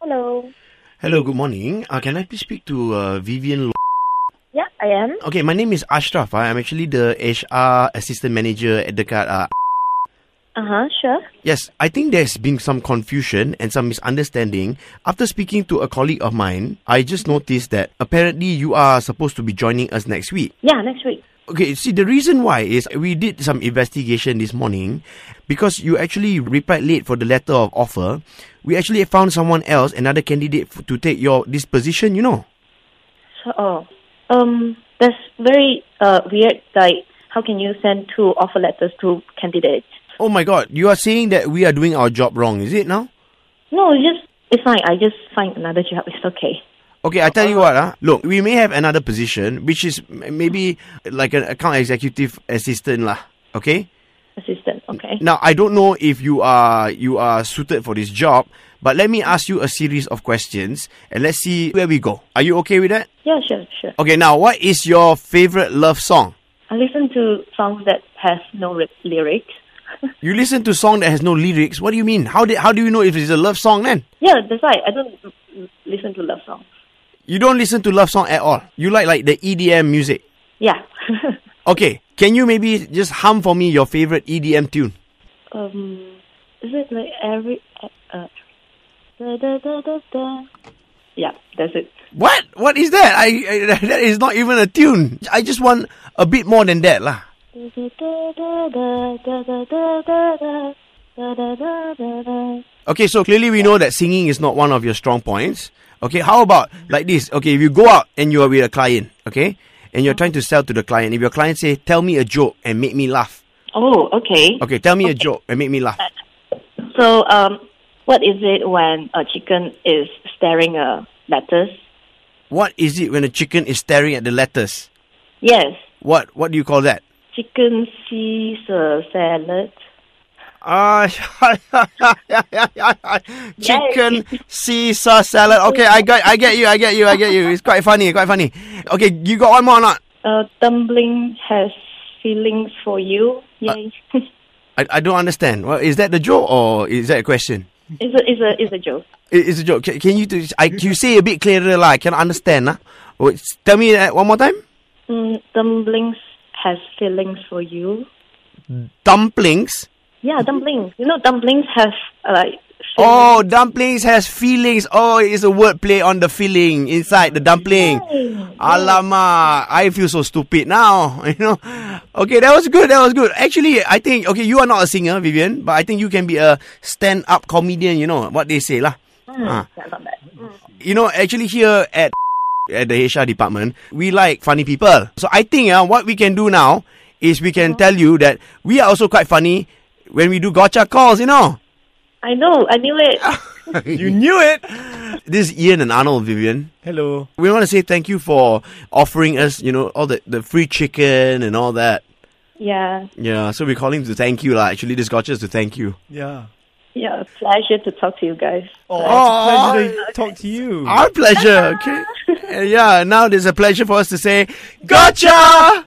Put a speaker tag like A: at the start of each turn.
A: Hello.
B: Hello, good morning. Uh, can I please speak to uh, Vivian? Lo-
A: Yeah, I am.
B: okay, my name is Ashraf. I- I'm actually the HR assistant manager at the card. Uh,
A: Uh huh. Sure.
B: yes, I think there's been some confusion and some misunderstanding. After speaking to a colleague of mine, I just noticed that apparently you are supposed to be joining us next week.
A: Yeah, next week.
B: Okay, see, the reason why is we did some investigation this morning because you actually replied late for the letter of offer. We actually found someone else, another candidate, f- to take your this position, you know.
A: So, oh, um, that's very uh weird. Like, how can you send two offer letters to candidates?
B: Oh my god, you are saying that we are doing our job wrong, is it now?
A: No, it's just it's fine. I just find another job. It's okay.
B: Okay, I tell you what, ah, look, we may have another position, which is m- maybe like an account executive assistant, lah. Okay.
A: Assistant. Okay.
B: Now I don't know if you are you are suited for this job, but let me ask you a series of questions and let's see where we go. Are you okay with that?
A: Yeah, sure, sure.
B: Okay. Now, what is your favorite love song?
A: I listen to songs that has no ri lyrics.
B: You listen to song that has no lyrics. What do you mean? How did how do you know if it's a love song then?
A: Yeah, that's why I don't l- l- listen to love songs.
B: You don't listen to love song at all. You like like the EDM music.
A: Yeah.
B: Okay, can you maybe just hum for me your favorite EDM tune?
A: um, is it like every uh, da, da, da, da, da. yeah, that's it.
B: What? What is that? I, I that is not even a tune. I just want a bit more than that lah.
A: Yeah,
B: Okay, so clearly we know that singing is not one of your strong points. Okay, how about like this? Okay, if you go out and you are with a client, okay, and you're trying to sell to the client, if your client say, "Tell me a joke and make me laugh,"
A: Oh, okay.
B: okay, tell me a joke and make me laugh.
A: So, um, what is it when a chicken is staring a lettuce?
B: What is it when a chicken is staring at the lettuce?
A: Yes,
B: What? What do you call that?
A: chicken sees a salad.
B: Ah, chicken Caesar salad. Okay, I got, I get you, I get you, I get you. It's quite funny, quite funny. Okay, you got one more or not?
A: A dumpling has feelings for you. Yay!
B: I, I don't understand. Well, is that the joke or is that a question?
A: it's a it's a it's a joke.
B: It, it's a joke. Can, can you do? I, you say a bit clearer, lah. I cannot understand, lah. Oh, it's- Tell me that one more time.
A: Mm, dumplings has feelings for you.
B: Dumplings.
A: Yeah, dumplings. You know, dumplings have uh, like. feelings.
B: Oh, dumplings has feelings. Oh, it's a word play on the feeling inside the dumpling. Alamak, I feel so stupid now. You know. Okay, that was good. That was good. Actually, I think okay, you are not a singer, Vivian, but I think you can be a stand-up comedian. You know what they say, lah. Ah.
A: Yeah, not bad. Mm.
B: You know, actually here at at the HR department, we like funny people. So I think uh, what we can do now is we can tell you that we are also quite funny when we do gotcha calls, you know.
A: I know. I knew it.
B: you knew it. This is Ian and Arnold Vivian.
C: Hello.
B: We want to say thank you for offering us, you know, all the, the free chicken and all that.
A: Yeah,
B: Yeah, so we're calling to thank you lah. Actually, this gotcha is to thank you.
C: Yeah.
A: yeah, pleasure to talk to you guys.
B: Oh,
C: Oh, it's a pleasure to talk to you.
B: Our pleasure. Okay. Uh, yeah. Now there's a pleasure for us to say gotcha.